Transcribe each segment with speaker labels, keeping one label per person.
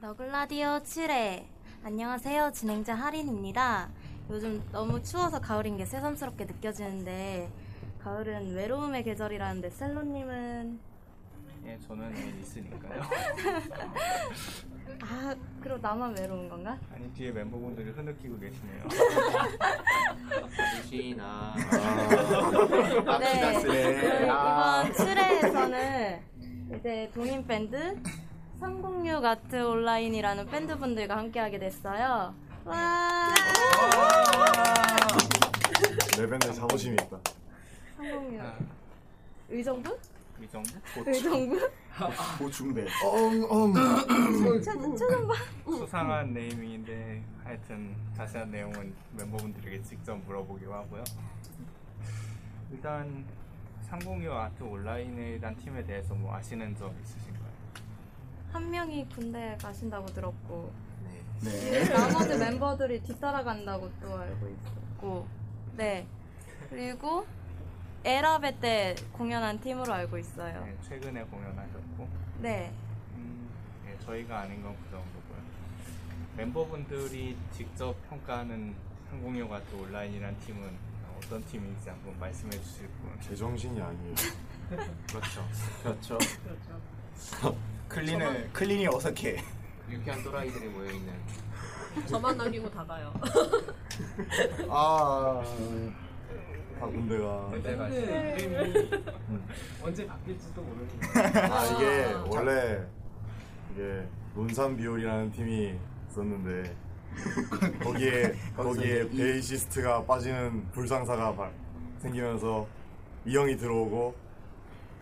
Speaker 1: 너글라디오 7회 안녕하세요 진행자 하린입니다 요즘 너무 추워서 가을인 게 새삼스럽게 느껴지는데 가을은 외로움의 계절이라는데 셀로님은
Speaker 2: 예, 저는 애 있으니까요.
Speaker 1: 아 그럼 나만 외로운 건가?
Speaker 2: 아니 뒤에 멤버분들이 흐느끼고 계시네요.
Speaker 3: 시나
Speaker 4: 아,
Speaker 1: 네 그 이번 7회에서는 이제 동인 밴드 306 아트 온라인이라는 밴드 분들과 함께하게 됐어요 와
Speaker 4: 내 네, 밴드에 자부심이 있다.
Speaker 1: 306 의정부?
Speaker 2: 이 정도?
Speaker 1: 의정부?
Speaker 4: 보충대. 엉엉.
Speaker 1: 최- 최정부?
Speaker 2: 수상한 네이밍인데 하여튼 자세한 내용은 멤버분들에게 직접 물어보기로 하고요. 일단 302 아트 온라인이란 팀에 대해서 뭐 아시는 점 있으신가요?
Speaker 1: 한 명이 군대 가신다고 들었고
Speaker 2: 네.
Speaker 4: 네.
Speaker 1: 나머지 멤버들이 뒤따라간다고 또 알고 있었고 네 그리고 에라베 때 공연한 팀으로 알고 있어요
Speaker 2: 예, 최근에 공연하셨고
Speaker 1: 네
Speaker 2: 음, 예, 저희가 아닌 건 그 정도고요. 멤버분들이 직접 평가하는 306 아트 온라인이란 팀은 어떤 팀인지 한번 말씀해 주실 분?
Speaker 4: 제정신이 아니에요.
Speaker 2: 그렇죠.
Speaker 3: 그렇죠
Speaker 2: 클린을
Speaker 4: 네, 클린이 어색해.
Speaker 3: 유쾌한 또라이들이 모여있는
Speaker 5: 저만 남기고 다 가요.
Speaker 4: 아. 아 군대가.
Speaker 2: 내가 음.
Speaker 3: 언제 바뀔지도 모르는
Speaker 4: 아 이게 원래 이게 논산 비올이라는 팀이 있었는데 거기에 거기에 베이시스트가 빠지는 불상사가 발- 생기면서 이 형이 들어오고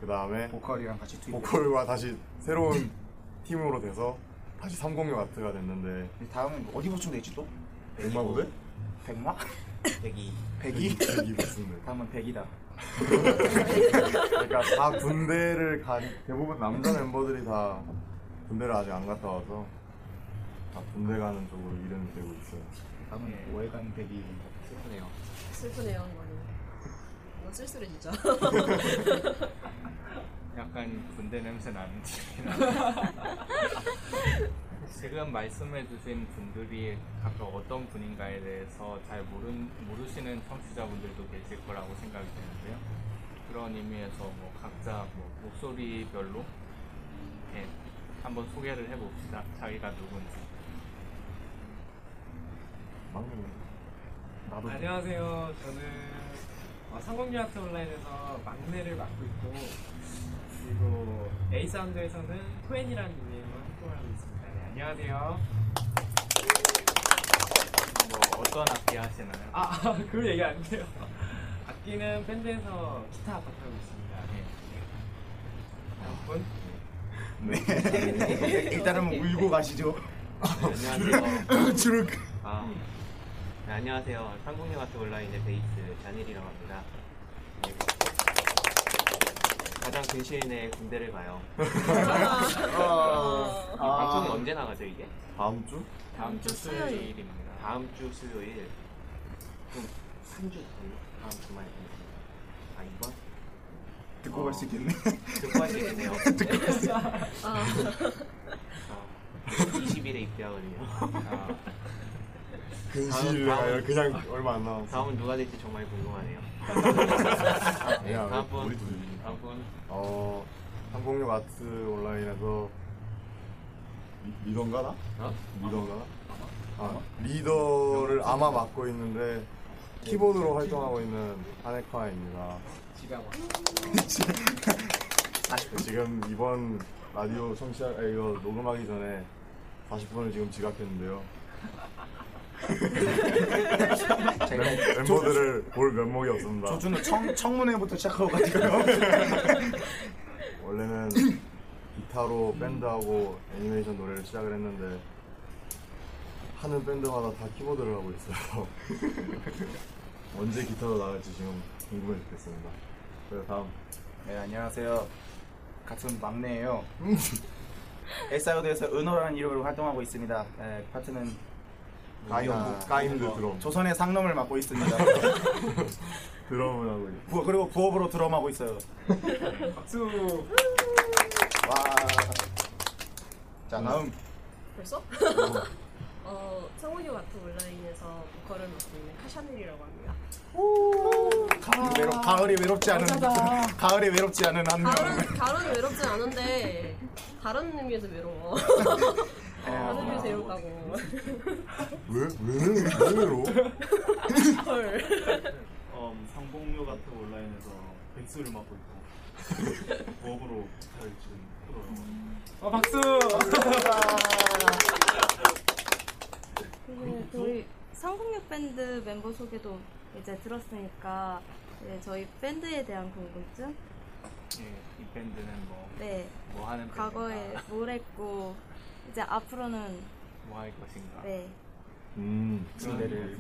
Speaker 4: 그 다음에
Speaker 2: 보컬이랑 같이 투입.
Speaker 4: 보컬과 다시 새로운 팀으로 돼서 다시 306 아트가 됐는데
Speaker 2: 다음은 어디 보충되지 또?
Speaker 4: 백마부대?
Speaker 2: 백마? 백이.
Speaker 4: 백이? 백이 됐습니다.
Speaker 2: 다음은 백이다.
Speaker 4: 그러니까 다 군대를 가 대부분 남자 멤버들이 다 군대를 아직 안 갔다 와서 다 군대 가는 쪽으로 이름이 되고 있어요.
Speaker 2: 다음은 오해간 백이.
Speaker 3: 슬프네요
Speaker 5: 슬프네요, 이거는. 이건 쓸쓸해, 진짜.
Speaker 2: 약간 군대 냄새 나는 팀이라. 지금 말씀해주신 분들이 각각 어떤 분인가에 대해서 잘 모른, 모르시는 청취자분들도 계실 거라고 생각이 되는데요. 그런 의미에서 뭐 각자 뭐 목소리별로 이렇게 한번 소개를 해봅시다. 자기가 누군지.
Speaker 4: 막내는 나도
Speaker 3: 안녕하세요 저는 어, 상공유학교 온라인에서 막내를 맡고 있고 그리고 에이사운드에서는 토엔이라는 닉네임으로 활동을 하고 있습니다 네, 안녕하세요
Speaker 2: 뭐 어떤 악기 하시나요?
Speaker 3: 아 그걸 얘기 안 돼요 악기는 밴드에서 기타 맡고 있습니다 네. 다음 분
Speaker 2: 일단은 울고 가시죠.
Speaker 3: 네, 안녕하세요.
Speaker 4: 주룩.
Speaker 3: 아, 네, 안녕하세요. 상공의 마트 온라인의 베이스 잔일이라고 합니다. 네. 가장 근시일 내에 군대를 가요. 그
Speaker 4: 아,
Speaker 3: 방송이 언제 나가죠 이게?
Speaker 4: 다음 주?
Speaker 2: 다음 주 수요일입니다.
Speaker 3: 다음 주 수요일. 그럼 한주 다음 주말 보겠습니다. 아 이번? 어.
Speaker 2: 듣고 갈 수 있겠네.
Speaker 3: 듣고 할수 있겠네요. 듣고 할수 있 20일에 어, 입대하거든요.
Speaker 2: 아,
Speaker 4: 근시일 내가 그냥 아, 얼마 안 남았어.
Speaker 3: 다음은 누가 될지 정말 궁금하네요. 네,
Speaker 4: 아니야,
Speaker 3: 다음 분.
Speaker 4: 우리 둘이.
Speaker 3: 다음 분.
Speaker 4: 어, 306 아트 온라인에서 미, 미던가 나?
Speaker 3: 어?
Speaker 4: 미던가 나? 아, 리더를 아마 맡고 있는데 키보드로 활동하고 있는 한혜카입니다.
Speaker 3: 지가 와.
Speaker 4: 지금 이번 라디오 청취자 아, 이거 녹음하기 전에 40분을 지금 지각했는데요. 멤버들을 볼 면목이 없습니다.
Speaker 6: 저주는 청, 청문회부터 시작하고 가니까요.
Speaker 4: 원래는 기타로 밴드하고 애니메이션 노래를 시작을 했는데 하는 밴드마다 다 키보드를 하고 있어요. 언제 기타로 나갈지 지금 궁금해 죽겠습니다. 그래서 다음
Speaker 6: 네, 안녕하세요. 같은 막내예요. 엘사우드에서 은호라는 이름으로 활동하고 있습니다. 네, 파트는
Speaker 4: 가인드, 가인드 드럼
Speaker 6: 조선의 상놈을 맡고 있습니다.
Speaker 4: 드럼을 하고 있어요.
Speaker 6: 부- 그리고 부업으로 드럼하고 있어요.
Speaker 3: 박수.
Speaker 6: 와. 자, 다음.
Speaker 5: 벌써? 어, 성훈이 와트 온라인에서 보컬을 맡고 있는 카샤넬이라고 합니다.
Speaker 6: 가을이, 외롭, 가을이 외롭지 않은 가을이 외롭지 않은 한 명.
Speaker 5: 가을은, 가을은 외롭진 않은데 다른 의미에서 외로워.
Speaker 7: 아.
Speaker 5: 다른 의미에서 외롭다고.
Speaker 4: 왜? 왜? 왜로?
Speaker 5: 헐.
Speaker 7: 음, 상봉료 같은 온라인에서 백수를 맡고 있고 부업으로 잘 지금 끌어요.
Speaker 3: 어 박수.
Speaker 1: 네, 저희 상공역 밴드 멤버 소개도 이제 들었으니까 이제 저희 밴드에 대한 궁금증?
Speaker 2: 예, 이 밴드는 뭐,
Speaker 1: 네,
Speaker 2: 뭐 하는 밴드인가,
Speaker 1: 과거에 뭘 했고 이제 앞으로는
Speaker 2: 뭐 할 것인가.
Speaker 1: 네,
Speaker 4: 음
Speaker 6: 군대를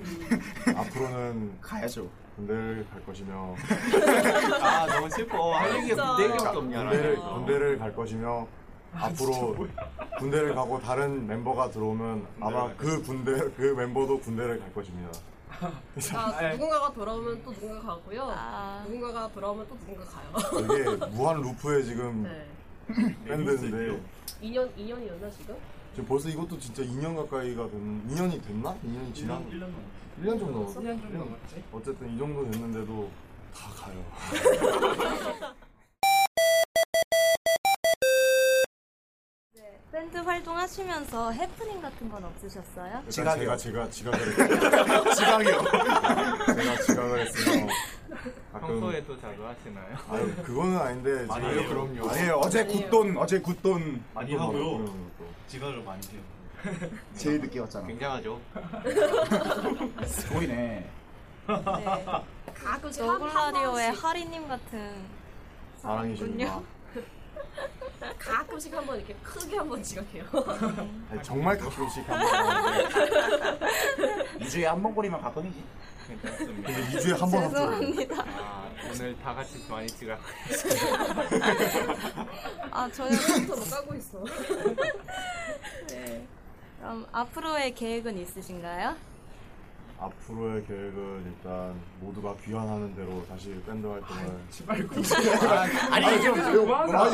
Speaker 4: 앞으로는
Speaker 6: 가야죠.
Speaker 4: 군대를 갈
Speaker 3: 어.
Speaker 4: 것이며
Speaker 2: 아, 너무
Speaker 7: 어,
Speaker 2: 슬퍼. 할 얘기가 네 개밖에 없냐.
Speaker 4: 군대를 군대를 갈 것이며
Speaker 3: 아,
Speaker 4: 앞으로 군대를 가고 다른 멤버가 들어오면 아마 그 군대 그 멤버도 군대를 갈 것입니다.
Speaker 7: 아,
Speaker 5: 그러니까 누군가가 돌아오면 또 누군가 가고요.
Speaker 1: 아,
Speaker 5: 누군가가 돌아오면 또 누군가 가요.
Speaker 4: 이게 무한 루프에 지금
Speaker 5: 네.
Speaker 4: 밴드인데
Speaker 5: 2년 2년이었나 지금?
Speaker 4: 지금 벌써 이것도 진짜 2년 가까이가 된 2년이 됐나? 2년이 지난
Speaker 7: 1년 넘었어요.
Speaker 4: 1년 좀 넘었어.
Speaker 3: 1년 좀 넘었지?
Speaker 4: 어쨌든 이 정도 됐는데도 다 가요.
Speaker 1: 밴드 활동하시면서 해프닝 같은 건 없으셨어요?
Speaker 6: 지각이요.
Speaker 4: 제가 제가 지각을 했어요. 지각이요. 제가 지각을 했어요.
Speaker 7: 음.
Speaker 2: 평소에도 자주 하시나요?
Speaker 4: 아유 그거는 아닌데
Speaker 7: 많이 해요.
Speaker 4: 그럼요.
Speaker 6: 아니에요. 어제 굿돈, 어제 굿돈
Speaker 7: 많이 하고요. 지각을 많이 해요.
Speaker 6: 제일 늦게 왔잖아.
Speaker 2: 굉장하죠.
Speaker 6: 보이네.
Speaker 1: 네,
Speaker 5: 가끔씩 한- 한
Speaker 1: 너굴라디오의
Speaker 5: 번씩
Speaker 1: 하리님 같은
Speaker 4: 사랑이십니다.
Speaker 5: 가끔씩 한 번 이렇게 크게 한 번 지각해요.
Speaker 4: 아니, 정말 가끔씩 한번
Speaker 6: 이주에 한 번 거리면 가끔이지.
Speaker 2: 괜찮습니다.
Speaker 4: 근데 2주에 한 번 합쳐.
Speaker 1: 죄송합니다.
Speaker 2: 아, 오늘 다 같이 많이 지각.
Speaker 1: 아, 저는
Speaker 5: 또 뭐 까고 있어.
Speaker 1: 네. 그럼 앞으로의 계획은 있으신가요?
Speaker 4: 앞으로의 계획은 일단 모두가 귀환하는 대로 다시 밴드 활동을
Speaker 6: 아니, 좀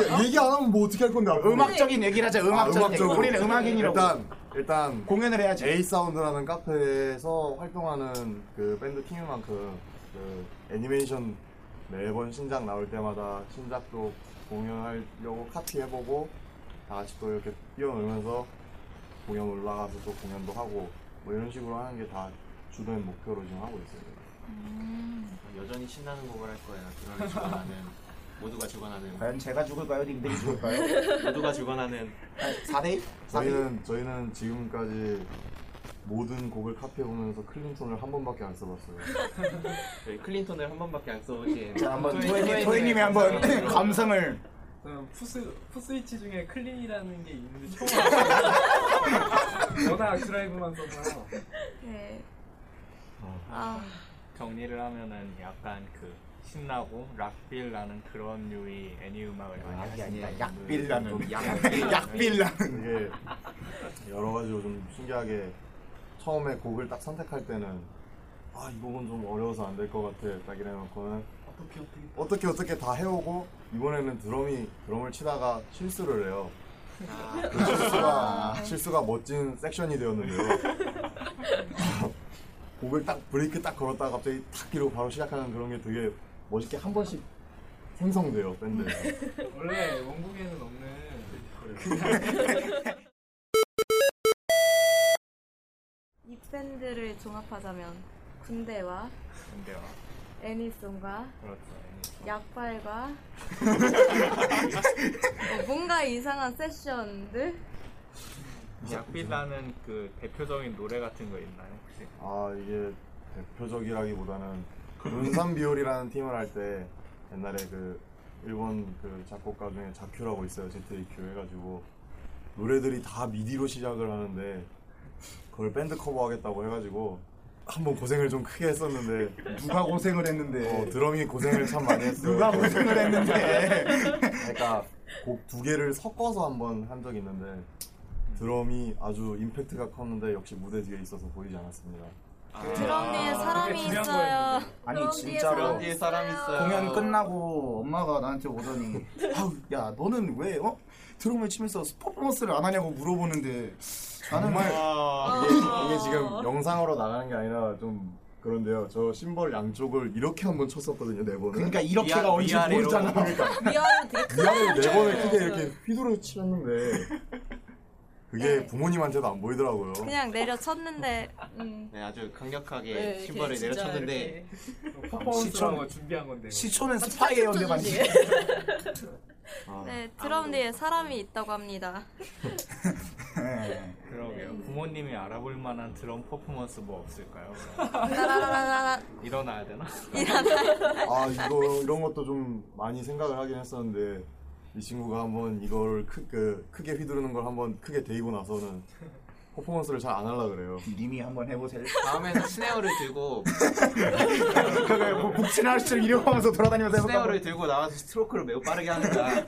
Speaker 4: 아니 얘기 안 하면 뭐 어떻게 할 건데 앞으로
Speaker 6: 음악적인 얘기를 하자. 음악적인. 얘기. 우리는 음악인이라고.
Speaker 4: 일단 일단
Speaker 6: 공연을 해야지.
Speaker 4: A 사운드라는 카페에서 활동하는 그 밴드 팀인 만큼 그 애니메이션 매번 신작 나올 때마다 신작도 공연하려고 카피해보고 다 같이 또 이렇게 뛰어놀면서 공연 올라가서 또 공연도 하고 뭐 이런 식으로 하는 게 다 주된 목표로 지금 하고 있어요.
Speaker 7: 여전히 신나는 곡을 할 거예요. 그런 주관하는 모두가 주관하는
Speaker 6: 과연 제가 죽을까요? 님들이 죽을까요?
Speaker 7: 모두가 주관하는
Speaker 6: 4대1?
Speaker 4: 저희는 저희는 지금까지 모든 곡을 카피해보면서 클린톤을 한 번밖에 안 써봤어요.
Speaker 7: 저희 클린턴을 한 번밖에 안 써보신
Speaker 6: 자, 한번
Speaker 3: 토이-
Speaker 6: 토이님,
Speaker 3: 토이님의
Speaker 6: 토이님이 한번
Speaker 7: 감성을
Speaker 6: 감성을.
Speaker 3: 저는 푸스 푸스위치 중에 클린이라는 게 있는데 처음 알았어요. 너나 악드라이브만 써서
Speaker 1: 네.
Speaker 4: 어.
Speaker 1: 아,
Speaker 2: 정리를 하면은 약간 그 신나고 락빌 나는 그런 류의 애니 음악을 많이
Speaker 6: 아니,
Speaker 2: 하시는
Speaker 6: 아니야.
Speaker 2: 분들.
Speaker 6: 약빌라는.
Speaker 2: 약-
Speaker 6: 약빌라는.
Speaker 4: 이게 여러 가지로 좀 신기하게 처음에 곡을 딱 선택할 때는 아 이 곡은 좀 어려워서 안 될 것 같아 딱 이래놓고는
Speaker 7: 어떻게 어떻게
Speaker 4: 어떻게 어떻게 다 해오고 이번에는 드럼이 드럼을 치다가 실수를 해요. 그 실수가 실수가 멋진 섹션이 되었는데요. 곡을 딱 브레이크 딱 걸었다가 갑자기 탁 기르고 바로 시작하는 그런 게 되게 멋있게 한 번씩 생성돼요 밴드에서.
Speaker 3: 원래 원곡에는 없는
Speaker 1: 밴드를 종합하자면 군대와
Speaker 2: 근데요.
Speaker 1: 애니송과
Speaker 2: 그렇죠. 애니송.
Speaker 1: 약발과 어, 뭔가 이상한 세션들
Speaker 2: 약비라는 그 대표적인 노래 같은 거 있나요 혹시?
Speaker 4: 아 이게 대표적이라기보다는 그 눈산비올이라는 팀을 할 때 옛날에 그 일본 그 작곡가 중에 자큐라고 있어요 ZAQ 해가지고 노래들이 다 미디로 시작을 하는데 그걸 밴드 커버하겠다고 해가지고 한번 고생을 좀 크게 했었는데
Speaker 6: 누가 고생을 했는데?
Speaker 4: 어, 드럼이 고생을 참 많이 했어요
Speaker 6: 누가 고생을 했는데?
Speaker 4: 그러니까 곡 두 개를 섞어서 한번 한 적이 있는데 드럼이 아주 임팩트가 컸는데 역시 무대 뒤에 있어서 보이지 않았습니다
Speaker 1: 드럼 뒤에 사람이 있어요.
Speaker 6: 아니 진짜로
Speaker 7: 뒤에 사람 있어요.
Speaker 6: 공연 끝나고 엄마가 나한테 오더니 아우 야 너는 왜 어? 드럼을 치면서 퍼포먼스를 안 하냐고 물어보는데 나는
Speaker 4: 정말
Speaker 6: 아,
Speaker 4: 이게, 이게 지금 영상으로 나가는 게 아니라 좀 그런데요. 저 심벌 양쪽을 이렇게 한번 쳤었거든요. 네 번을.
Speaker 6: 그러니까 이렇게가
Speaker 4: 미안-
Speaker 6: 어디서
Speaker 4: 미안해요.
Speaker 6: 모르잖아.
Speaker 4: 그러니까
Speaker 1: 미아를 되게
Speaker 4: 미안을 네 번을 크게 이렇게 휘두르 치셨는데 그게
Speaker 6: 네.
Speaker 4: 부모님한테도 안 보이더라고요.
Speaker 1: 그냥 내려쳤는데 음.
Speaker 7: 네, 아주 강력하게
Speaker 1: 네,
Speaker 7: 심벌을
Speaker 1: 진짜
Speaker 7: 내려쳤는데
Speaker 3: 퍼포먼스라는 걸 준비한 건데.
Speaker 6: 시초는 스파이예요, 내 반지.
Speaker 1: 네, 드럼 뒤에 사람이 있다고 합니다.
Speaker 2: 그러게요.
Speaker 7: 네.
Speaker 2: 부모님이 알아볼 만한 드럼 퍼포먼스 뭐 없을까요?
Speaker 1: 따라라라라.
Speaker 2: 일어나야 되나?
Speaker 4: 아 이거 이런 것도 좀 많이 생각을 하긴 했었는데 이 친구가 한번 이걸 크, 그, 크게 휘두르는 걸 한번 크게 데이고 나서는 퍼포먼스를 잘 안 하려 그래요.
Speaker 6: 님이 한번 해보세요.
Speaker 7: 다음에는 스네어를 들고
Speaker 6: 그래, 뭐 복진할수록 이러면서 돌아다니면서 해볼까?
Speaker 7: 스네어를 들고 나와서 스트로크를 매우 빠르게 하니까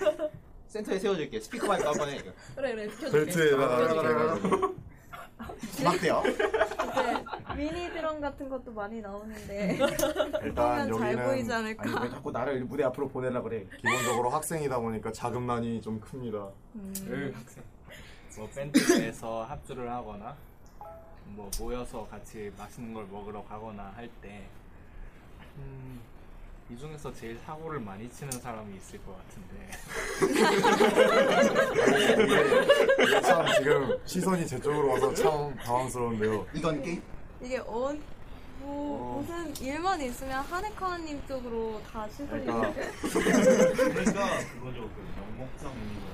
Speaker 7: 센터에 세워줄게. 스피커 마이크 한번 해.
Speaker 5: 그래 그래 비켜줄게.
Speaker 4: 벨트에다가
Speaker 6: 막대요.
Speaker 1: 네, 미니 드럼 같은 것도 많이 나오는데 보면 잘
Speaker 4: 일단 여기는
Speaker 1: 보이지 않을까.
Speaker 6: 아니 왜 자꾸 나를 무대 앞으로 보내려 그래?
Speaker 4: 기본적으로 학생이다 보니까 자금난이 좀 큽니다.
Speaker 2: 뭐 밴드에서 합주를 하거나 뭐 모여서 같이 맛있는 걸 먹으러 가거나 할 때 음, 이 중에서 제일 사고를 많이 치는 사람이 있을 것 같은데
Speaker 4: 이게 참 지금 시선이 제 쪽으로 와서 참 당황스러운데요.
Speaker 6: 이건 게임.
Speaker 1: 이게 온.
Speaker 7: 어.
Speaker 1: 뭐 무슨 일만 있으면 하네카와님 쪽으로 다 시선이
Speaker 4: 그러니까
Speaker 7: 그러니까 그거죠. 그 영목성
Speaker 6: 목숨.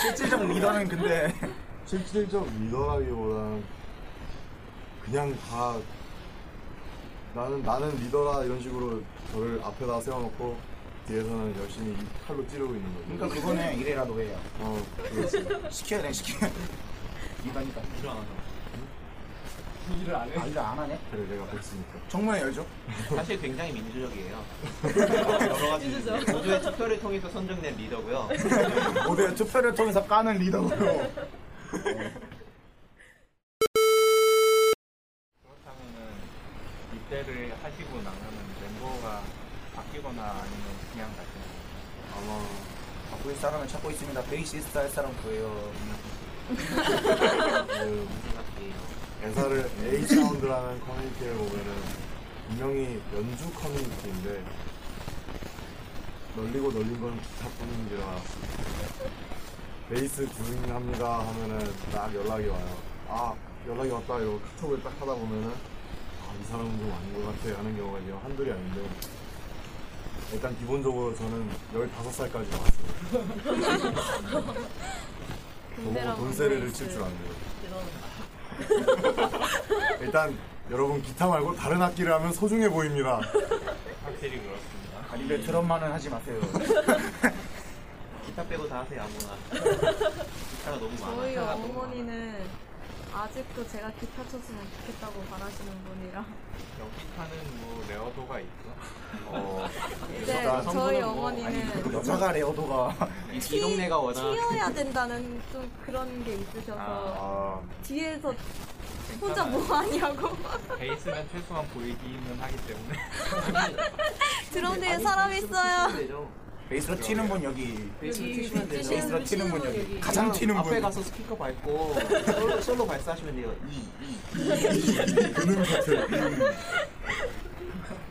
Speaker 6: 실질적 리더는 근데
Speaker 4: 실질적 리더라기보다는 그냥 다 나는 나는 리더라 이런 식으로 저를 앞에다 세워놓고 뒤에서는 열심히 이 칼로 찌르고 있는 거죠.
Speaker 6: 그러니까 그거는 이래라도 해요.
Speaker 4: 어, 그렇지.
Speaker 6: 시켜야 돼 시켜. 리더니까
Speaker 3: 일을 안 해.
Speaker 6: 아 리더 안 하네.
Speaker 4: 그래 내가 백수니까.
Speaker 6: 정문을 열죠.
Speaker 7: 사실 굉장히 민주적이에요. 여러 가지 모두의 투표를 통해서 선정된 리더고요.
Speaker 6: 모두 투표를 통해서 까는 리더고요.
Speaker 4: 그
Speaker 2: 그렇다면은 입대를 하시고 나면은 멤버가 바뀌거나 아니면 그냥 같은
Speaker 6: 아마 바꿀 사람을 찾고 있습니다. 베이시스트 할 사람 구해요.
Speaker 4: 그 애사를 A 사운드라는 커뮤니티에 보면은 분명히 연주 커뮤니티인데 널리고 널린 건 기타뿐인지라 베이스 구인합니다 하면은 딱 연락이 와요. 아 연락이 왔다 이러고 카톡을 딱 하다 보면은 아이 사람은 좀 아닌 것 같아 하는 경우가 지금 한둘이 아닌데 일단 기본적으로 저는 15살까지 나왔어요.
Speaker 1: 군대랑
Speaker 4: 너무 돈세례를
Speaker 1: 군대
Speaker 4: 칠 줄
Speaker 1: 있을
Speaker 4: 안돼요.
Speaker 5: 죄송합니다.
Speaker 4: 일단 여러분 기타 말고 다른 악기를 하면 소중해 보입니다.
Speaker 2: 확실히 그렇습니다.
Speaker 6: 아니면 드럼만은 하지 마세요.
Speaker 7: 기타 빼고 다 하세요 아무나. 기타가 너무 많아.
Speaker 1: 저희
Speaker 7: 하나가 너무
Speaker 1: 어머니는 아직도 제가 기타 쳤으면 좋겠다고 바라시는 분이라
Speaker 7: 아,
Speaker 2: 여기 타는 뭐 레어도가 있죠.
Speaker 4: 어,
Speaker 1: 이제
Speaker 4: 여자가
Speaker 1: 저희
Speaker 7: 성분은 뭐,
Speaker 1: 어머니는
Speaker 6: 여자가 레어도가
Speaker 7: 많아. 이, 이 동네가 워낙
Speaker 1: 튀어야 된다는 좀 그런 게 있으셔서
Speaker 4: 아,
Speaker 1: 뒤에서 혼자 뭐 하냐고
Speaker 2: 베이스는 최소한 보이기는 하기 때문에
Speaker 1: 드럼 뒤에 사람 있어요.
Speaker 7: 되죠.
Speaker 6: 베이스로 튀는 분 여기.
Speaker 7: 치시면 되죠.
Speaker 6: 베이스로 튀는 분 여기. 가장 튀는
Speaker 7: 앞에
Speaker 6: 분.
Speaker 7: 가서 스피커 밟고 솔로, 솔로 발사하시면 돼요. 이, 이.
Speaker 4: 그는 같은.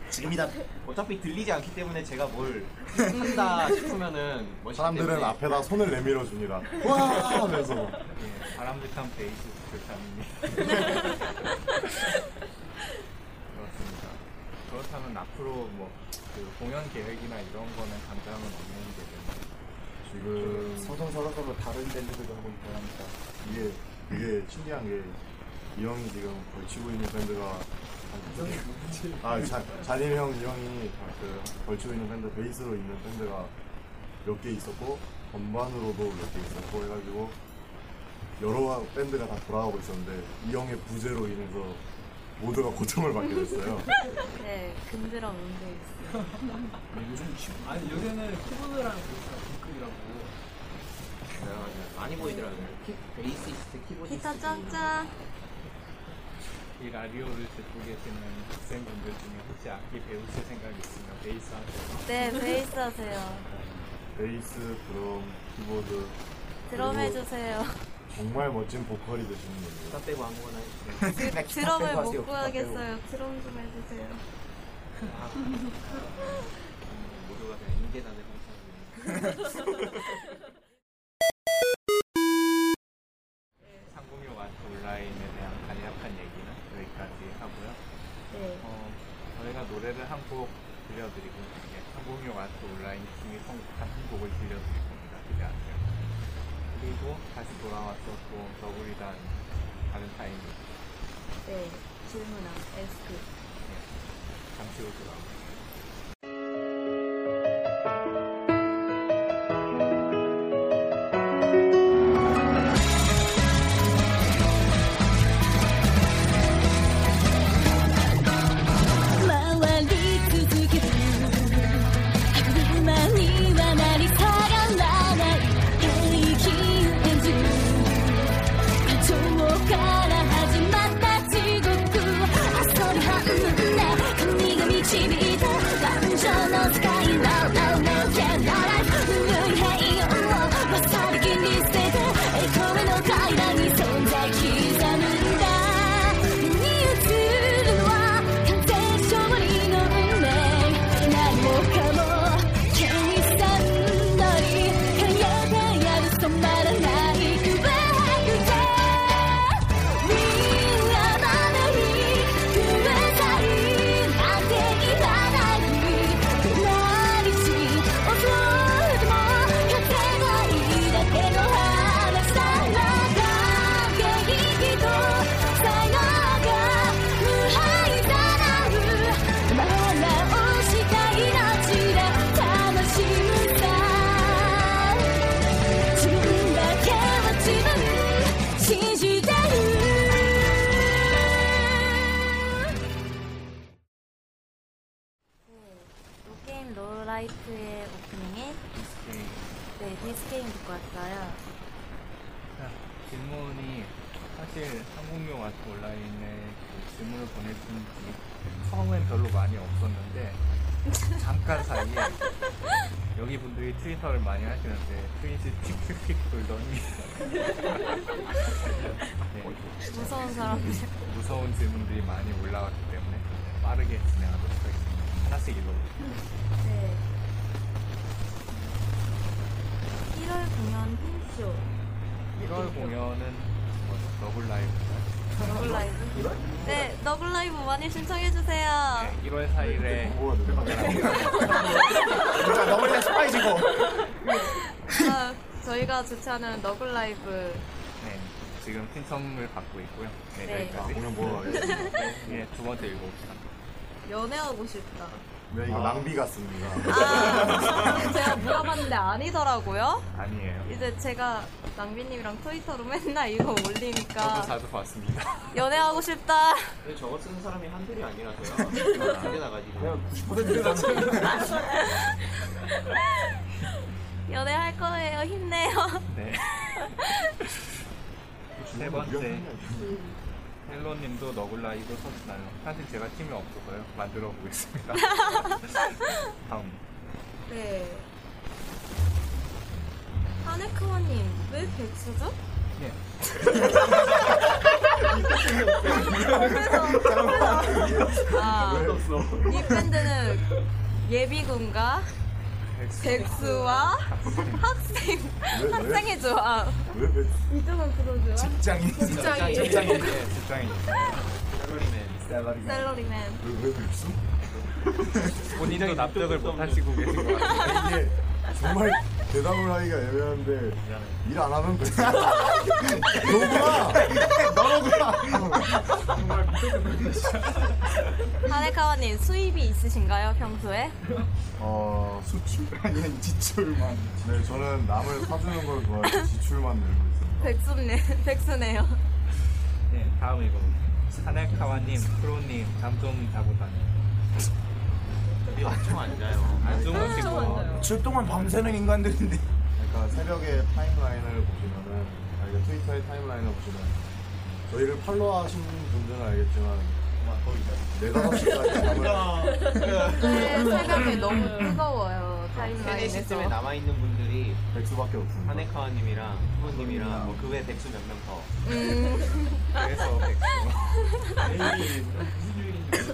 Speaker 8: 지금이다. 어차피 들리지 않기 때문에 제가 뭘
Speaker 2: 아,
Speaker 8: 한다 싶으면은 멋있기
Speaker 4: 사람들은
Speaker 8: 때문에
Speaker 4: 앞에다 손을 내밀어 줍니다. 와 하면서
Speaker 2: 예, 바람직한 베이스 교탐입니다. 그렇습니다. 그렇다면 앞으로 뭐 그 공연 계획이나 이런 거는 당장은 없는 게 되나요?
Speaker 4: 지금
Speaker 6: 서정 서정서로 다른 밴드들도 하고 있고 하니까
Speaker 4: 이게 되게 신기한 게 이 형이 지금 걸치고 있는 밴드가
Speaker 6: 형이 누구지?
Speaker 4: 아 자, 잔일 형, 이 형이 그 걸치고 있는 밴드 베이스로 있는 밴드가 몇 개 있었고 건반으로도 몇 개 있었고 해가지고 여러 밴드가 다 돌아가고 있었는데 이 형의 부재로 인해서 모두가 고통을 받게 됐어요.
Speaker 1: 네, 근드랑 운데 있어요.
Speaker 3: 요즘 아니 요새는 키보드랑 보컬이라고
Speaker 8: 그래가지고 많이 보이더라고요. 키, 베이시스트, 키보드.
Speaker 1: 기타 짱짱.
Speaker 2: 이 라디오를 듣고 계시는 학생분들 중에 혹시 악기 배우실 생각 있으면 베이스 하세요.
Speaker 1: 네, 베이스 하세요.
Speaker 4: 베이스, 드럼, 키보드
Speaker 1: 드럼
Speaker 4: 그리고
Speaker 1: 해주세요.
Speaker 4: 정말 멋진 보컬이 되시는 분이에요.
Speaker 8: 기타 빼고 아무거나 해주세요.
Speaker 1: 드럼을 못 구하겠어요. 드럼 좀 해주세요.
Speaker 8: 아, 모두가 그냥 인계단을 감사합니다.
Speaker 2: 상공역 아트 온라인에 대한 간략한 얘기는 여기까지 하고요.
Speaker 1: 네.
Speaker 2: 어, 저희가 노래를 한 곡 들려드리고 이렇게 상공역 아트 온라인 팀이 선곡한 한 곡을 들려드릴 겁니다. 기대하세요. 그리고 다시 돌아와서 또 더블이단 다른 타임
Speaker 1: 네, 질문함, 에스크.
Speaker 2: 예, 잠시 후 돌아오겠습니다.
Speaker 9: 「回り続けて」「今には何下がらない」「永久演じる」「過剰から始まった地獄」「遊び半分で神が導いた」「感情の世界 No No No Can't Life」「ぬるい平穏をまさりきに捨てて」「栄光への階段に存在刻むんだ」「目に映るは」完全勝利の運命何もかも計算されたり変えてやる染まらない上でみんなまだにくださいなんて言わないどんな道恐れても勝てないだけの話さなが現役と才能が無敗だなう回らをした命で楽しむさ自分だけは自分信じてる
Speaker 1: 로게임 로라이트의 오프닝에 네, 디스게임 듣고 왔어요.
Speaker 2: 자, 질문이 사실 한국역 와트 온라인에 그 질문을 보내준 분이 처음엔 별로 많이 없었는데 잠깐 사이에 여기 분들이 트위터를 많이 하시는데 트윗이 픽픽픽 돌더니 네,
Speaker 1: 무서운 사람들.
Speaker 2: 무서운 질문들이 많이 올라왔기 때문에 빠르게 진행하도록 하겠습니다. 하나씩 읽어볼게요.
Speaker 1: 네. 1월 공연 핀쇼.
Speaker 2: 1월 공연은 뭐 더블 라이브
Speaker 1: 더블 라이브? 네, 더블 라이브 많이 신청해주세요.
Speaker 2: 1월
Speaker 4: 네.
Speaker 2: 4일에
Speaker 6: 진짜 너블이랑 스파이지고
Speaker 1: 아, 저희가 주최하는 너굴 라이브
Speaker 2: 네, 지금 큰 선물 받고 있고요. 네,
Speaker 1: 네.
Speaker 2: 여기까지.
Speaker 4: 아, 공연
Speaker 8: 뭐
Speaker 4: 보러 가겠습니다.
Speaker 2: 네, 두 번째 읽어봅시다.
Speaker 1: 연애하고 싶다.
Speaker 4: 네, 이거 낭비 같습니다.
Speaker 1: 아, 제가 물어봤는데 아니더라고요.
Speaker 2: 아니에요.
Speaker 1: 이제 제가 낭비님이랑 트위터로 맨날 이거
Speaker 8: 저도
Speaker 1: 올리니까
Speaker 8: 자주 봤습니다.
Speaker 1: 연애하고 싶다.
Speaker 8: 근데 저거 쓰는 사람이 한둘이 아니라서요. 두개 나가지. 그냥 90%
Speaker 1: 연애할 거예요. 힘내요.
Speaker 2: 네.
Speaker 8: 뭐
Speaker 4: 네,
Speaker 2: 세
Speaker 4: 뭐,
Speaker 2: 번째. 헬로님도 너굴라이브 터지나요? 사실 제가 팀이 없어서요. 만들어 보겠습니다. 다음.
Speaker 1: 네. 하네크원님 왜 백수죠?
Speaker 2: 네.
Speaker 1: 그래서 아,
Speaker 7: 왜 없어?
Speaker 1: 이 밴드는 예비군과 백수와 학생 아,
Speaker 7: 왜?
Speaker 1: 학생의 조합.
Speaker 4: 왜 왜?
Speaker 1: 이쪽은 그거죠.
Speaker 6: 직장인.
Speaker 1: 직장인.
Speaker 8: 네,
Speaker 6: 직장인.
Speaker 2: 직장인.
Speaker 6: 셀러리맨.
Speaker 1: 셀러리맨.
Speaker 4: 왜 백수?
Speaker 2: 본인도 납득을 못 하시고 계신 것 같아요.
Speaker 4: 이게 정말 대답을 하기가 애매한데 일 안 하면 백수. 너구나.
Speaker 1: 하네카와님 수입이 있으신가요 평소에?
Speaker 4: 어 수출 아니면 지출만. 네 저는 남을 사주는 걸 좋아해서 지출만 늘고 있어요.
Speaker 1: 백수네 백수네요.
Speaker 2: 네, 다음 이거. 하네카와님, 프로님, 잠좀 자고 다녀요. 우리 엄청 안 자요. 안 주무시고.
Speaker 6: 주 동안 밤새는 인간들인데.
Speaker 4: 그러니까 새벽에 타임라인을 보시면은 아, 이게 트위터의 타임라인을 보시면 저희를 팔로우하신 분들은 알겠지만 네 다섯 시까지
Speaker 1: 네, 새벽에
Speaker 4: 잠을
Speaker 1: 너무 뜨거워요
Speaker 8: 세네
Speaker 1: 타임라인에서.
Speaker 8: 시쯤에 남아 있는 분들이
Speaker 4: 백수밖에 없습니다.
Speaker 8: 하네카와님이랑 후보님이랑 뭐 그 외 백수 몇 명 더.
Speaker 1: 음.
Speaker 8: 그래서 백수.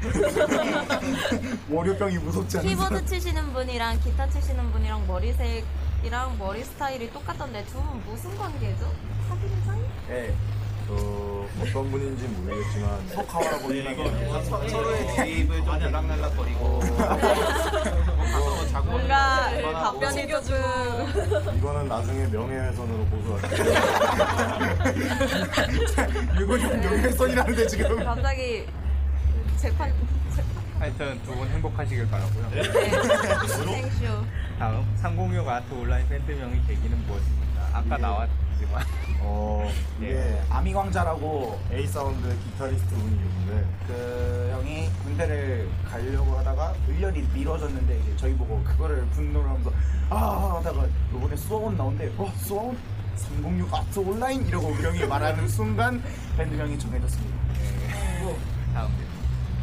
Speaker 4: 그
Speaker 6: 월요병이 무섭지 않은
Speaker 1: 키보드
Speaker 6: 사람.
Speaker 1: 치시는 분이랑 기타 치시는 분이랑 머리색이랑 머리 스타일이 똑같던데 두 분 무슨 관계죠? 사귀는 사이?
Speaker 4: 예. 저 어떤 분인지 모르겠지만 예, 석하와라고
Speaker 2: 네.
Speaker 8: 서- 서로의 드립을 좀 날락날락거리고.
Speaker 2: 뭐
Speaker 8: 네. 서로 자고
Speaker 1: 뭔가
Speaker 8: 얼마나
Speaker 1: 답변이 조금
Speaker 4: 이거는 나중에 명예훼손으로 고소할게요.
Speaker 6: 유고형 명예훼손이라는데 지금.
Speaker 1: 갑자기 재판
Speaker 2: 하여튼 두 분 행복하시길 바라고요.
Speaker 1: 네. 재판쇼
Speaker 2: 다음 306 아트 온라인 밴드명의 계기는 무엇입니까?
Speaker 8: 네.
Speaker 2: 아까 나왔지만
Speaker 4: 어
Speaker 6: 이게 아미광자라고
Speaker 4: A 사운드의 기타리스트 분이 계신데
Speaker 6: 그 형이 군대를 가려고 하다가 일년이 미뤄졌는데 이제 저희 보고 그거를 분노를 하면서 아, 아 하다가 이번에 수학원 나온대 어 수학원 306 아트 온라인 이러고 우리 형이 말하는 순간 밴드명이 정해졌습니다.
Speaker 2: 다음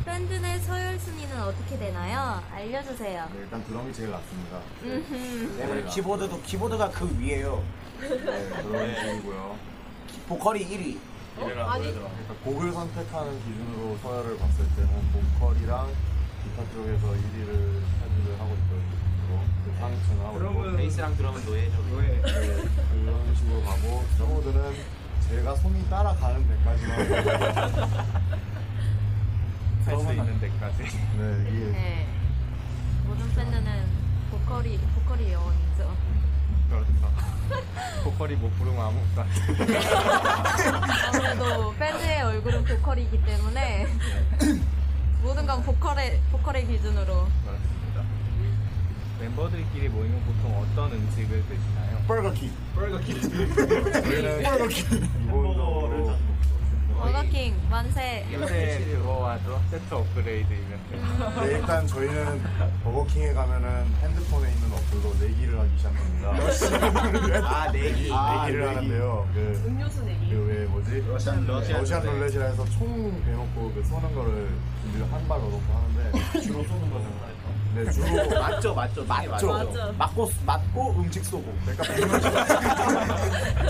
Speaker 1: 밴드 내 서열 순위는 어떻게 되나요? 알려주세요.
Speaker 4: 네, 일단 드럼이 제일 낫습니다.
Speaker 1: 음흠.
Speaker 6: 네, 그리고 키보드도 키보드가 그 위에요.
Speaker 4: 네, 드럼이 제일고요.
Speaker 6: 보컬이 1위.
Speaker 4: 그러니까 곡을 선택하는 기준으로 서열을 봤을 때는 보컬이랑 기타 쪽에서 1위를 차지를 하고 있거든요. 그 상승을 하고 있고
Speaker 8: 베이스랑 드럼은 노예죠.
Speaker 4: 네, 그런 식으로 가고 드러머들은 제가 손이 따라가는 데까지만
Speaker 2: 할수 있는 데까지.
Speaker 4: 네 이게
Speaker 1: 네. 모든 밴드는 보컬이 보컬이 여원이죠.
Speaker 2: 그렇죠. 보컬이 못 부르면 아무것도 안 돼.
Speaker 1: 아무래도 밴드의 얼굴은 보컬이기 때문에 모든 건 보컬의 보컬의 기준으로.
Speaker 2: 그렇습니다. 멤버들끼리 모이면 보통 어떤 음식을 드시나요?
Speaker 6: 버거킹.
Speaker 2: 버거킹.
Speaker 4: 저희는 기본적으로
Speaker 1: 버거킹 만세.
Speaker 2: 예. 요새 그거와 또 세트 업그레이드 이벤트.
Speaker 4: 네, 일단 저희는 버거킹에 가면은 핸드폰에 있는 어플로 내기를 하기 시작합니다.
Speaker 8: 아, 내기.
Speaker 4: 아,
Speaker 8: 내기를
Speaker 4: 내기를 하는데요. 그
Speaker 5: 음료수 내기.
Speaker 4: 그왜 뭐지?
Speaker 8: 러시안 룰렛.
Speaker 4: 러시안 룰렛이라 해서 총 대놓고 그 쏘는 거를 준비를 한 발로 놓고 하는데 주로 쏘는 거잖아요. 네 주로
Speaker 6: 맞죠, 맞죠, 맞죠.
Speaker 4: 맞죠.
Speaker 6: 맞고 맞고 음식 쏘고.
Speaker 4: 그러니까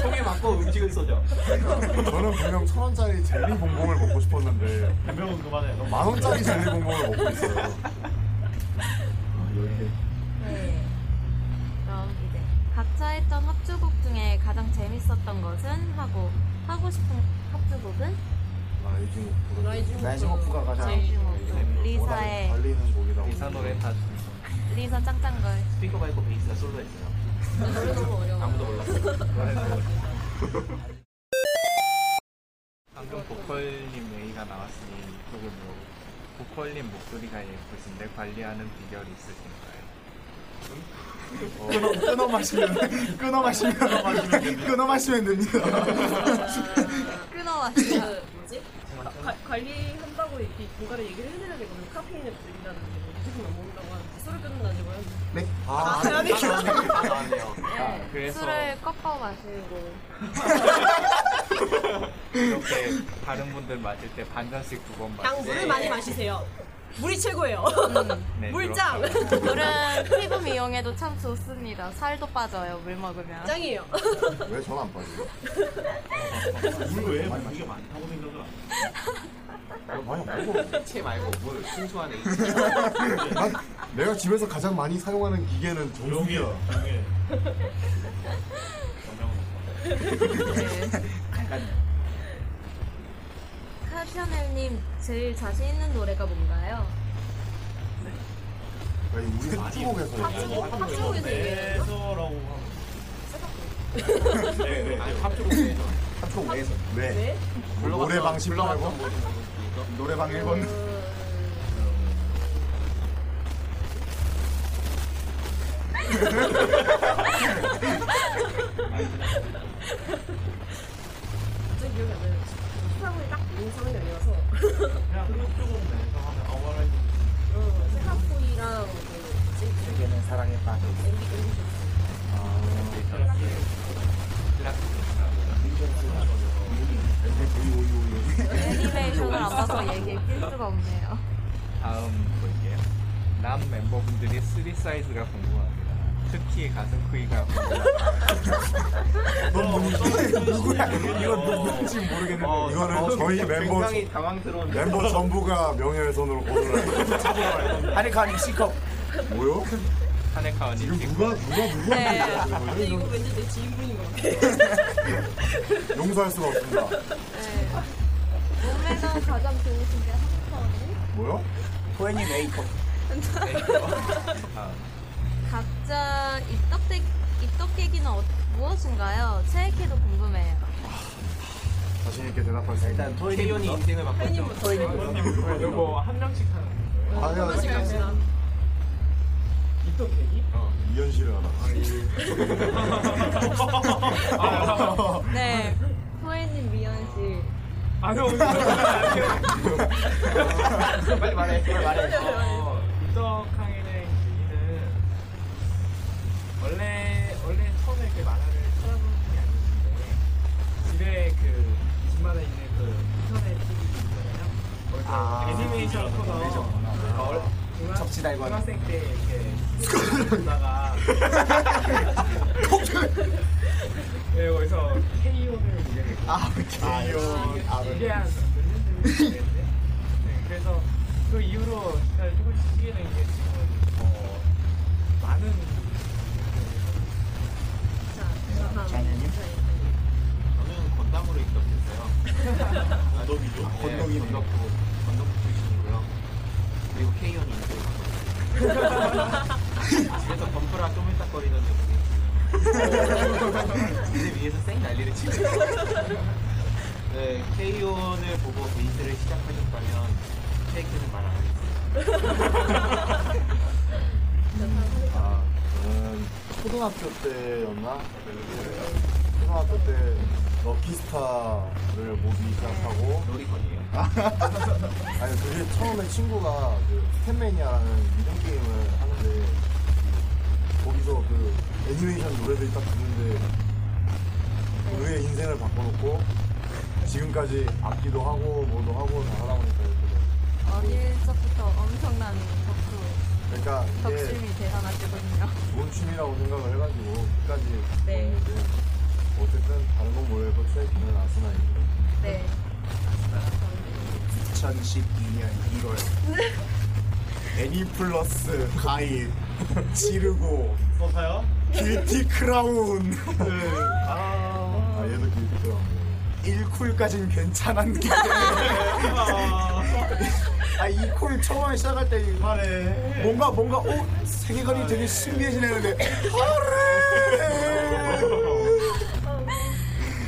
Speaker 8: 총에 맞고 음식을 쏘죠.
Speaker 4: 그러니까 저는 분명 천 원짜리 젤리 봉봉을 먹고 싶었는데
Speaker 7: 분명은 그만해. 너무
Speaker 4: 만 원짜리 젤리 봉봉을 먹고 있어요. 아, 이렇게
Speaker 1: 네. 그럼 이제 각자 했던 합주곡 중에 가장 재밌었던 것은 하고 하고 싶은 합주곡은
Speaker 4: 아, 라이징 오프.
Speaker 5: 라이징
Speaker 6: 라이징 오프가 가장
Speaker 1: 네, 라이징
Speaker 4: 네,
Speaker 1: 오프. 리사의-
Speaker 4: 달리는 곡이라고.
Speaker 2: 리사 노래 다 듣죠.
Speaker 1: 리사 짱짱걸.
Speaker 8: 스피커 밟고
Speaker 2: 그
Speaker 8: 베이스가 솔로했어요.
Speaker 5: 너무 어려워.
Speaker 8: 아무도 몰랐어요.
Speaker 2: 방금 보컬님 얘기가 나왔으니 이쪽을 뭐 보컬님 목소리가 예쁘신데 관리하는 비결이 있으신가요?
Speaker 6: 끊어, 끊어 마시면 끊어 마시면 끊어 마시면 됩니다.
Speaker 1: 끊어왔어요.
Speaker 5: 그 뭐지? 가- 관리한다고 이렇게 뭔가를 얘기를 해드려야 되거든요. 카페인을 줄인다든지, 뭐 음식을 안 먹는다고 하는지, 술을 끊는다든지, 뭐 이런
Speaker 6: 맥
Speaker 5: 아, 안 해요.
Speaker 8: 나왔네요.
Speaker 1: 네.
Speaker 2: 아, 그래서-
Speaker 1: 술을 꺾어 마시고.
Speaker 2: 이렇게 다른 분들 마실 때 반 잔씩 두 번 마시고 네.
Speaker 5: 양 물을 많이 마시세요. 물이 최고예요.
Speaker 7: 네,
Speaker 5: 물짱.
Speaker 1: 물은 피부 미용에도 참 좋습니다. 살도 빠져요, 물 먹으면.
Speaker 5: 짱이에요.
Speaker 4: 왜 전 안 빠지죠?
Speaker 7: 물왜 물이 많다고 생각을 안 해요?
Speaker 4: 아니 말고
Speaker 8: 액체 말고 물 순수한 액체.
Speaker 4: 난 내가 집에서 가장 많이 사용하는 기계는 정수기야.
Speaker 1: 카샤넬님, 제일 자신 있는 노래가 뭔가요?
Speaker 4: 아니, 그러니까 우리
Speaker 7: 그
Speaker 4: 합주곡에서 뭐
Speaker 7: 합주곡에서
Speaker 1: 네.
Speaker 7: 얘기해서라고 하고 네, 네, 네.
Speaker 8: 합주곡 외에서
Speaker 6: 합주곡 외에서
Speaker 4: 왜? 노래방 10번 노래방
Speaker 7: 어.
Speaker 4: 1번
Speaker 5: 갑자기 기억이 안 나요. 수상이 딱 인상이 아니라서.
Speaker 7: 그냥 그리고 조금 내서 하면 어머나
Speaker 5: 어, 세카포이랑 그 제이크
Speaker 6: 세계는 사랑에 빠져.
Speaker 5: 앤디 앤디
Speaker 2: 아, 그렇죠.
Speaker 1: 애니메이션을 안 봐서 얘기해 낄 수가 없네요.
Speaker 2: 다음 볼게요. 남 멤버분들이 쓰리 사이즈가 궁금합니다. 특히 가슴 크기가
Speaker 4: 누구야? 이거
Speaker 7: 어.
Speaker 4: 누구인지 모르겠는데 이거는 어, 저희 멤버
Speaker 8: 굉장히 당황스러운
Speaker 4: 멤버 전부가 명예훼손으로 고소를
Speaker 6: 한해카니 시컵
Speaker 4: 뭐요?
Speaker 2: 한해카니
Speaker 4: 지금 누가 누가 누가
Speaker 5: 네.
Speaker 4: 누가
Speaker 5: 근데 이거 왠지 내 지인분인 것 같아.
Speaker 4: 예. 용서할 수가 없습니다.
Speaker 1: 몸매가 가장 좋으신 게 한국사원이
Speaker 4: 뭐요?
Speaker 6: 토애니 메이커.
Speaker 1: 각자 입덕대, 입덕객이는 어- 무엇인가요? 체액해도 궁금해요.
Speaker 4: 자신 있게 대답할 수 있는.
Speaker 6: 일단 토이니
Speaker 8: 인생을 바꾸죠.
Speaker 6: 토이니부터.
Speaker 3: 이거 뭐 한 명씩 하는
Speaker 4: 아니야.
Speaker 3: 입덕 대기?
Speaker 4: 어, 이현실을 하나.
Speaker 1: 네. 소혜님, 미연씨.
Speaker 3: 아, 형, 입덕
Speaker 8: 빨리 말해. 빨리 말해.
Speaker 3: 어, 강의의 계기는 원래, 원래 처음에 그 만화를 찾아본 게 아니었는데 집에 그 집마다 있는 그 인터넷 TV 있잖아요. 거기서
Speaker 6: 아,
Speaker 3: 애니메이션 코너
Speaker 6: 아.
Speaker 3: 어, 중학-
Speaker 6: 접시 달고 하는.
Speaker 3: 중학생 때 이렇게 보다가 예, 거기서 KO를 이제
Speaker 6: 아, 그래요. 아,
Speaker 4: 네.
Speaker 3: 이게 한몇년 됐는데 네, 그래서 그 이후로 기타를 조금씩 치게 된 게 지금 뭐 많은
Speaker 5: 자,
Speaker 6: 자녀님?
Speaker 8: 저는 건담으로 입덕했어요. 건담이죠?
Speaker 6: 건담이네.
Speaker 8: 건담이고 건담 출신이고요. 그리고 K1 인생 집에서 범프라 쪼물딱거리던 적이 있어요. 제 위에서 쌩 난리를 치고 네, K1을 보고 베이스를 시작하셨다면 케이크는 말안 하겠습니다.
Speaker 4: 아, 저는 초등학교 때였나? 그 초등학교 때 럭키스타를 보기 시작하고
Speaker 8: 놀이건이에요.
Speaker 4: 아니 그게 처음에 친구가 그 스탠매니아라는 미디어 게임을 하는데 거기서 그 애니메이션 노래들이 딱 듣는데 그의 인생을 바꿔놓고 지금까지 악기도 하고 뭐도 하고 다 하다 보니까 이렇게
Speaker 1: 어릴 적부터 엄청난 덕후,
Speaker 4: 그러니까 이게
Speaker 1: 덕심이 대단하시거든요.
Speaker 4: 좋은 취미라고 생각을 해가지고 끝까지
Speaker 1: 네.
Speaker 4: 했는데 어쨌든 다른 건 모르겠고 최근에는 아스나입니다.
Speaker 1: 네.
Speaker 6: 2012년 1월 E 애니플러스 가입 지르고
Speaker 7: 써서요? 네.
Speaker 6: 길티 크라운
Speaker 4: 아 얘도 기획했더라고요.
Speaker 6: 1쿨까진 괜찮았는데 아 2쿨 처음에 시작할 때
Speaker 7: 말해.
Speaker 6: 뭔가 뭔가 어? 세계관이 되게 신비해지는데 아래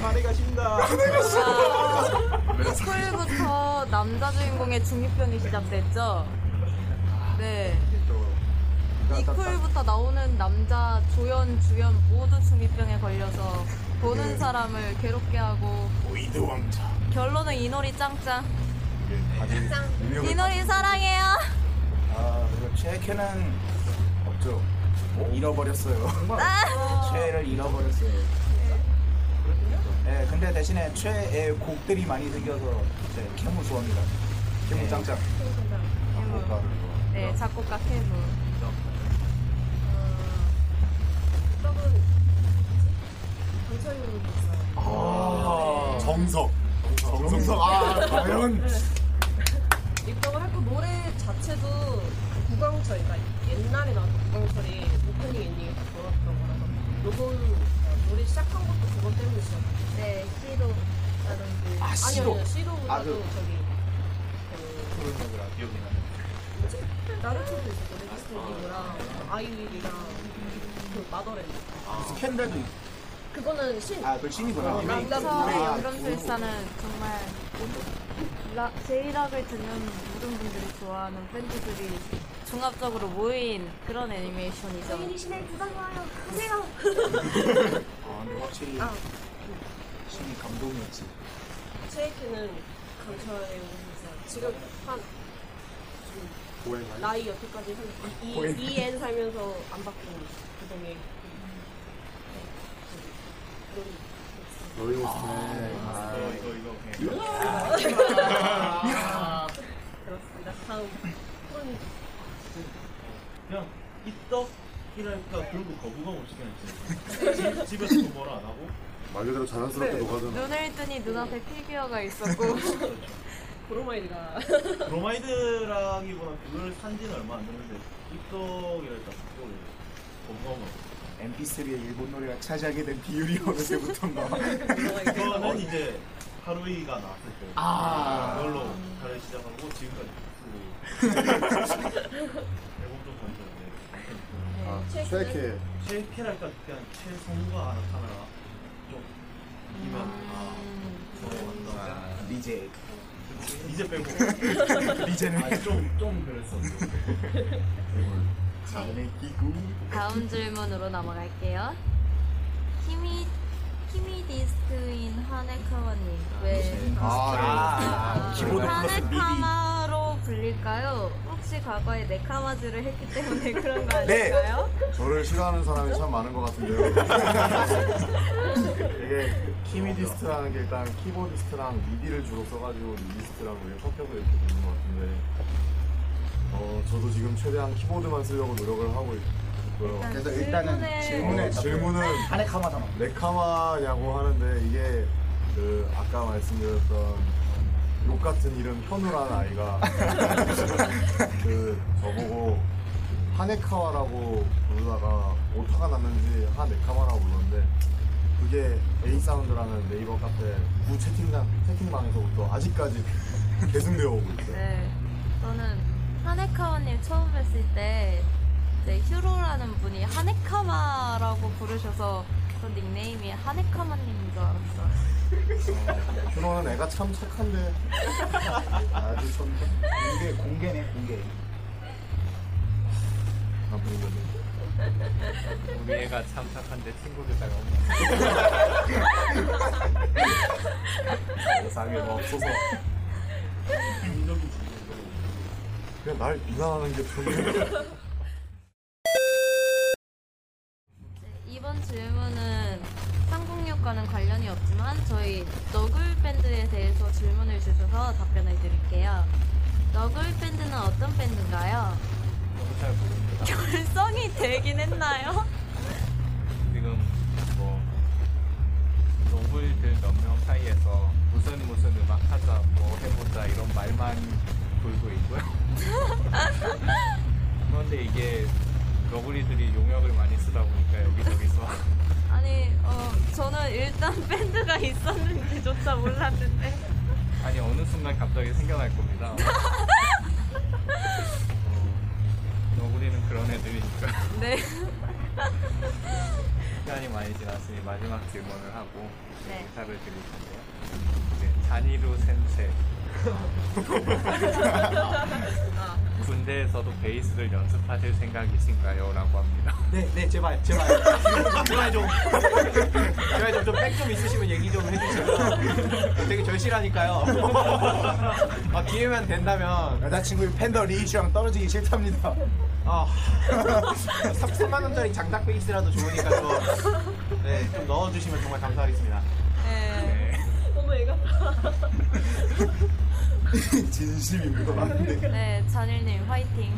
Speaker 8: 말해 가신다.
Speaker 1: 네. 스쿨부터 남자 주인공의 중이병이 시작됐죠? 네. 이쿨부터 나오는 남자 조연 주연 모두 중이병에 걸려서 보는 사람을 괴롭게 하고
Speaker 6: 보이드 왕자
Speaker 1: 결론은 이놀이 짱짱
Speaker 4: 이게 다들 유명한
Speaker 1: 이놀이 사랑해요
Speaker 6: 아 그리고 최애캐는 없죠 잃어버렸어요 최애를 잃어버렸어요 네, 근데 대신에
Speaker 4: 네.
Speaker 6: 최애 곡들이 많이 생겨서 이제 캐무 소원이다 캐무 짱짱
Speaker 1: 음,
Speaker 4: 작곡가를
Speaker 1: 네, 작곡가 케무.
Speaker 5: 아, 떡은 강철용 있어요.
Speaker 4: 아, 정석. 정석. 정석.
Speaker 5: 네.
Speaker 4: 아, 과연.
Speaker 5: 입덕을 했고 노래 자체도 구광철, 그러니까 옛날에 나왔던 구광철이 오프닝 엔딩에 다 들어갔던 거라서 녹음 어, 노래 시작한 것도 그것 때문에 시작했어요. 네, C로라든지
Speaker 9: 아,
Speaker 5: 아니요, 아니요,
Speaker 9: C로.
Speaker 5: C로보다도
Speaker 9: 아, 그-
Speaker 5: 저기
Speaker 8: 그런 거라 기억이 나네.
Speaker 5: 뭐지? 나루토도 있었고 레지스토리랑 아이유리랑 그 마더랜드
Speaker 6: 스캔들도 있
Speaker 5: 그거는 신
Speaker 6: 아, 그건 신이구나.
Speaker 5: 남자
Speaker 1: 처음에
Speaker 6: 아,
Speaker 1: 연금술사는 정말 락, 제이락을 듣는 모든 분들이 좋아하는 밴드들이 종합적으로 모인 그런 애니메이션이죠.
Speaker 5: 그렇죠.
Speaker 9: 신의 부상 와요.
Speaker 6: 아, 근데 확실히
Speaker 5: 아.
Speaker 6: 신이 감동이었지.
Speaker 5: 체이키는 강철의 옷이었어요 지금 한 지금
Speaker 4: 아,
Speaker 5: 나이 여태까지
Speaker 6: 고인.
Speaker 5: 2엔 살면서 안 바꾼 그동의
Speaker 4: 로이오스.
Speaker 6: 아,
Speaker 2: 어,
Speaker 6: 네.
Speaker 5: 이거, 이거.
Speaker 9: 아.
Speaker 5: 그렇습니다 다음 푸른
Speaker 7: 그냥 입덕이랄까 그런 거 거부감 없이 그냥 있어요. 집- 집에서도 뭐라 안 하고
Speaker 4: 말 그대로 자연스럽게 녹아드는.
Speaker 1: 눈을 뜨니 눈앞에 피규어가 있었고
Speaker 5: 브로마이드가
Speaker 7: 브로마이드라기보다 그걸 산지는 얼마 안 됐는데 입덕이랄까 그걸 거부감 없이
Speaker 6: MP3의 일본 노래가 차지하게 된 비율이 어느새부터인가.
Speaker 7: 그거는 이제 하루이가 나왔을 때
Speaker 6: 아.
Speaker 7: 그걸로 다를 시작하고 지금까지 쓰고 앨범 좀 건졌는데
Speaker 4: 아, 쉐이키.
Speaker 7: 쉐이키랄까 그냥 최성우가 나타나라 좀 이면 아 저거
Speaker 6: 같다 리제
Speaker 7: 이제 빼고 아,
Speaker 6: 리제는
Speaker 7: 좀좀 그랬었는데
Speaker 6: 잠에 끼고.
Speaker 1: 다음 질문으로 넘어갈게요. 히미 히미 디스크인 하네카와님 왜
Speaker 9: 아, 네. 키보드 플러스 미디.
Speaker 1: 하네카마로 불릴까요? 혹시 과거에 네카마즈를 했기 때문에 그런 거
Speaker 4: 네.
Speaker 1: 아닐까요?
Speaker 4: 저를 싫어하는 사람이 참 많은 것 같은데요. 이게 키미디스트라는 게 일단 키보디스트랑 미디를 주로 써가지고 미디스트라고 이게 섞여서 이렇게 되는 것 같은데 어 저도 지금 최대한 키보드만 쓰려고 노력을 하고 있고요.
Speaker 6: 일단 그래서 일단은 질문에- 질문에
Speaker 4: 어, 질문은
Speaker 6: 안에 카마잖아.
Speaker 4: 네카마냐고 하는데 이게 그 아까 말씀드렸던 욕 같은 이름 현우라는 아이가 그 저보고 하네카와라고 부르다가 오타가 났는지 하네카마라고 불렀는데 그게 A 사운드라는 네이버 카페 구 채팅장 채팅방에서부터 아직까지 계속 내어오고 있어요.
Speaker 1: 네. 저는 하네카와님 처음 뵀을 때 이제 휴로라는 분이 하네카마라고 부르셔서 저 닉네임이 하네카마님인 줄 알았어요.
Speaker 4: 휴로는 애가 참 착한데 아주 참
Speaker 6: 공개 공개네 공개.
Speaker 4: 나쁜 거네.
Speaker 2: 우리 애가 참 착한데 친구들다가
Speaker 4: 세상에 뭐 없어서 그냥 날 비난하는 게 좋네.
Speaker 1: 이번 질문은 306과는 관련이 없지만 저희 너굴 밴드에 대해서 질문을 주셔서 답변을 드릴게요. 너굴 밴드는 어떤 밴드인가요?
Speaker 2: 너무 잘 모릅니다.
Speaker 1: 결성이 되긴 했나요?
Speaker 2: 지금 뭐 노블들 몇 명 사이에서 무슨 무슨 음악 하자 뭐 해보자 이런 말만 돌고 있고요. 그런데 이게 너구리들이 용역을 많이 쓰다 보니까 여기저기서
Speaker 1: 아니, 어, 저는 일단 밴드가 있었는지조차 몰랐는데.
Speaker 2: 아니 어느 순간 갑자기 생겨날 겁니다. 어, 너구리는 그런 애들이니까
Speaker 1: 네.
Speaker 2: 시간이 많이 지났으니 마지막 질문을 하고
Speaker 1: 네.
Speaker 2: 인사를 드릴 건데요. 이제 잔이루 센세 군대에서도 베이스를 연습하실 생각이신가요? 라고 합니다.
Speaker 6: 네, 네, 제발, 제발. 제발 좀. 제발 좀, 좀, 백 좀 있으시면 얘기 좀 해주시고. 되게 절실하니까요. 아, 기회만 된다면. 여자친구의 팬더 리이슈랑 떨어지기 싫답니다. 아. 3만원짜리 장작 베이스라도 좋으니까 좀. 네, 좀 넣어주시면 정말 감사하겠습니다.
Speaker 1: 네.
Speaker 5: 너무 애가
Speaker 4: 진심이 묻어나는데
Speaker 1: 네, 잔일님 화이팅.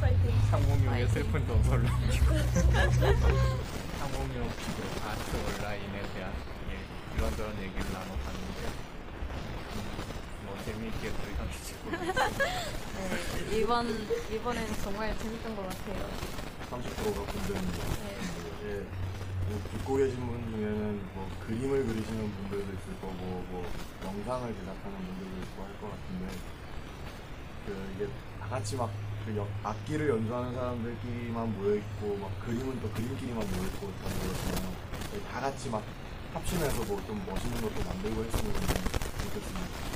Speaker 1: 화이팅.
Speaker 2: 상공용의 슬픈 도서를 상공용 그 아트 온라인에 대한 예, 이런저런 얘기를 나눠봤는데 음, 뭐 재미있게 들으셨을지
Speaker 1: 네, 이번 이번엔 정말 재밌던 것 같아요.
Speaker 4: 30%가 군대입니다.
Speaker 1: 네.
Speaker 4: 예. 뭐 듣고 계신 분 중에는 뭐 그림을 그리시는 분들도 있을 거고 뭐 영상을 제작하는 분들도 있고 할 것 같은데 그 이게 다 같이 막그 역- 악기를 연주하는 사람들끼리만 모여 있고 막 그림은 또 그림끼리만 모여 있고 그런 거였으면 네, 다 같이 막 합심해서 뭐 좀 멋있는 것도 만들고 했으면 좋겠습니다.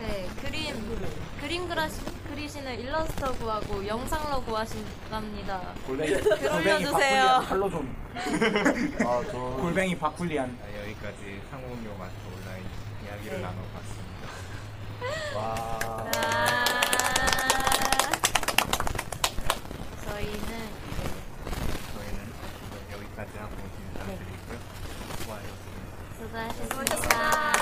Speaker 1: 네, 그림 그림 그라시, 그리시는 일러스터 구하고 영상로 구하신답니다.
Speaker 6: 골뱅이
Speaker 1: 글
Speaker 6: 골뱅이
Speaker 1: 올려주세요.
Speaker 6: 바쿨리안 칼로 좀
Speaker 4: 아, 저
Speaker 6: 골뱅이 바쿨리안
Speaker 2: 아, 여기까지 상공용 아트 온라인 이야기를
Speaker 1: 네.
Speaker 2: 나눠봤습니다.
Speaker 4: 와.
Speaker 1: 저희는
Speaker 2: 저희는 여기까지 하고 인사드리고요. 수고하셨습니다.
Speaker 1: 수고하셨습니다.